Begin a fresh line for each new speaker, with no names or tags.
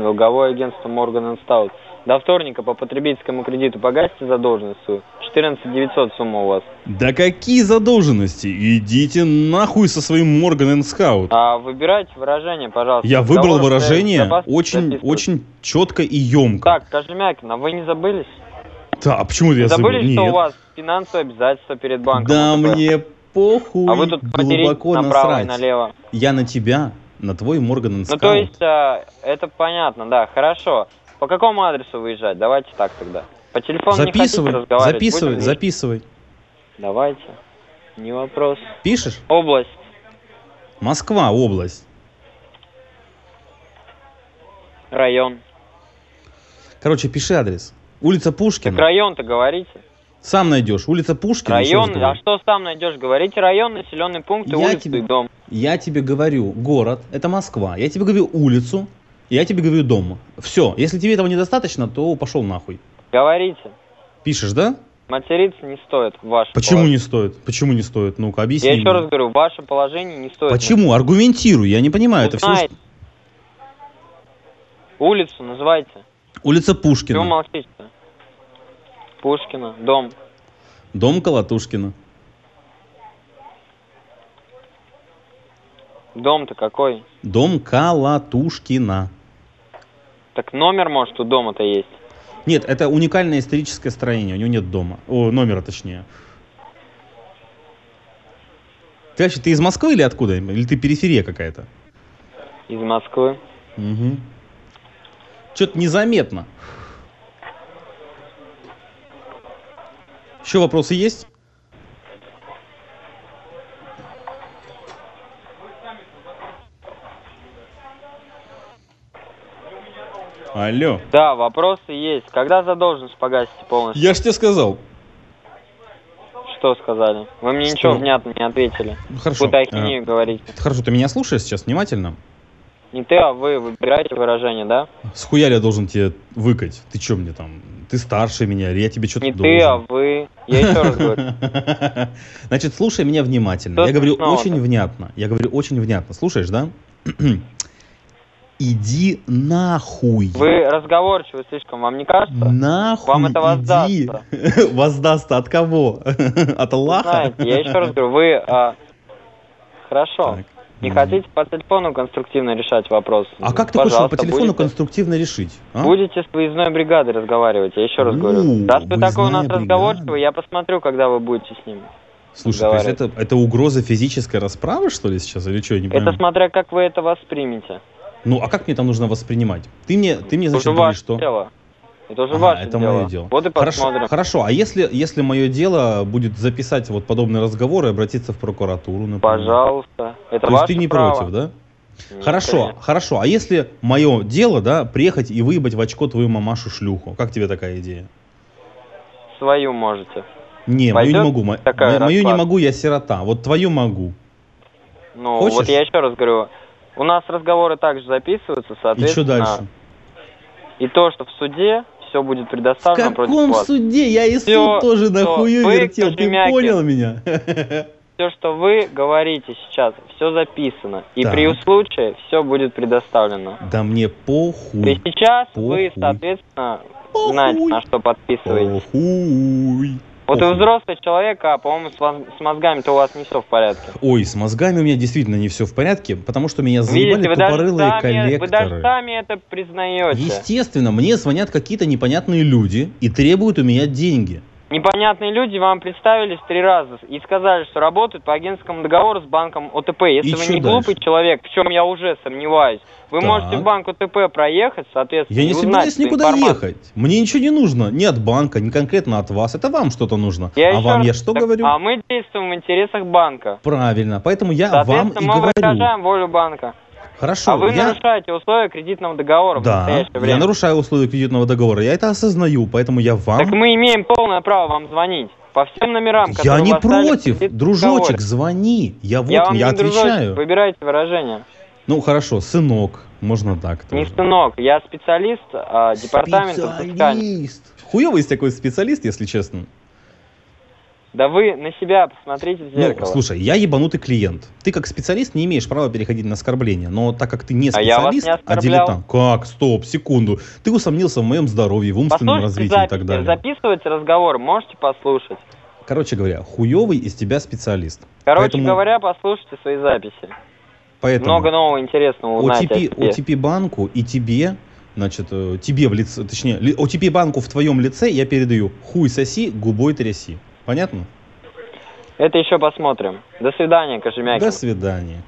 долговое агентство Morgan Stout. До вторника по потребительскому кредиту погасите задолженность свою. 14 900 сумма у вас.
Да какие задолженности? Идите нахуй со своим Морган энд Скаут.
А выбирайте выражение, пожалуйста.
Я выбрал
Договор
выражение
состоит из
очень,
записки.
очень четко и емко.
Так, Кожемякина, вы не забылись?
Да, а почему я забыл?
забыли, что у
Нет.
вас финансовые обязательства перед банком?
Да
ВТБ?
мне похуй
А вы тут материтесь
глубоко
направо и
насрать.
налево.
Я на тебя, на твой Морган энд
Ну,
Скаут.
то есть, а, это понятно, да, хорошо. По какому адресу выезжать? Давайте так тогда. По телефону не хотите
Записывай,
разговаривать?
записывай,
Будем вместе?
записывай.
Давайте, не вопрос.
Пишешь?
Область.
Москва, область.
Район.
Короче, пиши адрес. Улица
Так
Пушкина.
район-то говорите.
Сам найдешь. Улица Пушкина. еще раз
район,
говорю.
а что сам найдешь? Говорите район, населенный пункт, и
Я
улицу,
тебе-
и дом.
Я тебе говорю город, это Москва. Я тебе говорю улицу, я тебе говорю дом. Все, если тебе этого недостаточно, то пошел нахуй.
Говорите.
Пишешь, да?
Материться не стоит ваше
Почему
положение.
не стоит? Почему не стоит? Ну-ка, объясни.
Я еще
мне.
раз говорю, ваше положение не стоит.
Почему? Аргументируй, я не понимаю. Это все...
Узнайте. Улицу называйте.
Улица
Чего
Пушкина,
молчите-то? Пушкина, дом.
дом Колотушкина.
Дом-то какой?
Дом Калатушкина.
Так номер, может, у дома-то есть.
Нет, это уникальное историческое строение, у него нет дома. О, номера точнее. Ты вообще, ты из Москвы или откуда? Или ты периферия какая-то?
Из Москвы.
Угу. Что-то незаметно. Еще вопросы есть? Алло.
Да, вопросы есть. Когда задолженность погасите полностью?
Я ж тебе сказал.
Что сказали? Вы мне
Что?
ничего внятно не ответили.
Ну, Хорошо.
Путахинею говорите.
Э, Хорошо, ты меня слушаешь сейчас внимательно?
Не ты, а вы выбираете выражение, да?
Схуя ли я должен тебе выкать? Ты че мне там? Ты старше меня, или я тебе что-то
Не
должен?
ты, а вы. Я еще раз говорю.
Значит, слушай меня внимательно.
Что
я говорю
смешного-то?
очень внятно. Я говорю очень внятно. Слушаешь, да? Иди нахуй.
Вы разговорчивы слишком, вам не кажется?
Нахуй
Вам это
иди.
воздастся.
Воздастся от кого? От
Вы
Аллаха?
знаете, я еще раз говорю, вы... а, Хорошо.
Так.
Не
Мгм.
хотите по телефону конструктивно решать вопрос?
А как ты хочешь его по
Пожалуйста,
телефону
будете-
конструктивно решить? а?
Будете с выездной бригадой разговаривать, я еще раз
Ну,
говорю. Раз вы такой у
выездная
нас
бригада.
разговорчивый, я посмотрю, когда вы будете с ним.
Слушай, то есть
разговаривать.
это, это угроза физической расправы, что ли, сейчас? Или что, я не
Это
понимаю?
смотря как вы это воспримете.
Ну, а как мне там нужно воспринимать? Ты мне, ты мне
Это
значит,
уже
говоришь,
ваше
что...
дело. Это уже
Ага,
ваше
это
дело.
мое дело.
Вот и посмотрим.
Хорошо, хорошо, а если, если мое дело будет записать вот подобный разговор и обратиться в прокуратуру, например?
Пожалуйста. Это
То есть
ваше
ты не
право.
против, да?
Нет,
хорошо,
конечно.
хорошо, а если мое дело, да, приехать и выебать в очко твою мамашу-шлюху? Как тебе такая идея?
Свою можете.
Не, мою не
Пойдет
могу, мо-
такая
мо- мою не
расклад?
могу, я сирота, вот твою могу.
Ну,
Хочешь?
вот я еще раз говорю. У нас разговоры также записываются,
И что
соответственно.
дальше?
И то, что в суде все будет
В
предоставлено против
каком
вас.
суде? Я и
Всё,
суд тоже
что
нахую
вы,
вертел, ты
Кожемякин.
понял меня?
Все, что вы говорите сейчас, все записано. И
Так.
при случае все будет предоставлено.
Да мне
И
похуй.
сейчас вы,
Похуй.
соответственно, знаете, на
Похуй.
что подписываетесь.
Похуй.
Вот вы
похуй.
взрослый человек, а, по-моему, с, воз- с мозгами-то у вас не все в порядке.
Ой, с мозгами у меня действительно не все в порядке, потому что меня заебали
Видите, вы даже,
тупорылые
сами, вы даже
коллекторы.
сами это признаете.
Естественно, мне звонят какие-то непонятные люди и требуют у меня деньги.
Непонятные люди вам представились три раза и сказали, что работают по агентскому договору с банком ОТП. Если
И
вы
чё
не глупый
дальше?
человек, в чем я уже сомневаюсь, вы
Так.
можете в банк ОТП проехать, соответственно,
Я
и
не
узнать
собираюсь
эту
никуда
информацию.
ехать. Мне ничего не нужно. Ни от банка, ни конкретно от вас. Это вам что-то нужно.
Я
а
ещё
вам
раз-
я что
так-
говорю?
А мы действуем в интересах банка.
Правильно. Поэтому я вам и
Соответственно, мы
говорю.
выражаем волю банка.
Хорошо,
а вы
я...
нарушаете условия кредитного договора в
Да,
настоящее
я
время.
нарушаю условия кредитного договора. Я это осознаю, поэтому я
Так
вам...
мы имеем полное право вам звонить. По всем номерам,
я
которые у
не
вас стали в
против.
кредитном договоре.
Дружочек, звони. Я вот,
я вам
я
не дружочек,
отвечаю.
Выбирайте выражение.
Ну хорошо, сынок, можно так
Не
тоже.
сынок, я специалист а, департамента взыскания.
Специалист. Хуёвый есть такой специалист, если честно.
Да вы на себя посмотрите в
Ну,
зеркало.
слушай, я ебанутый клиент. Ты как специалист не имеешь права переходить на оскорбление, но так как ты не
А я вас не
специалист, а
оскорблял.
дилетант. Как? Стоп, секунду. Ты усомнился в моем здоровье, в умственном
Послушайте
развитии и
записи,
так далее.
записывайте разговор, можете послушать.
Короче говоря, хуёвый из тебя специалист.
Короче
Поэтому-
говоря, послушайте свои записи.
Поэтому
Много нового интересного узнать
OTP, OTP банку и тебе, значит, э, тебе в лице, точнее, ли- OTP банку в твоем лице я передаю хуй соси, губой тряси. Понятно?
Это еще посмотрим. До свидания, Кожемякин.
До свидания.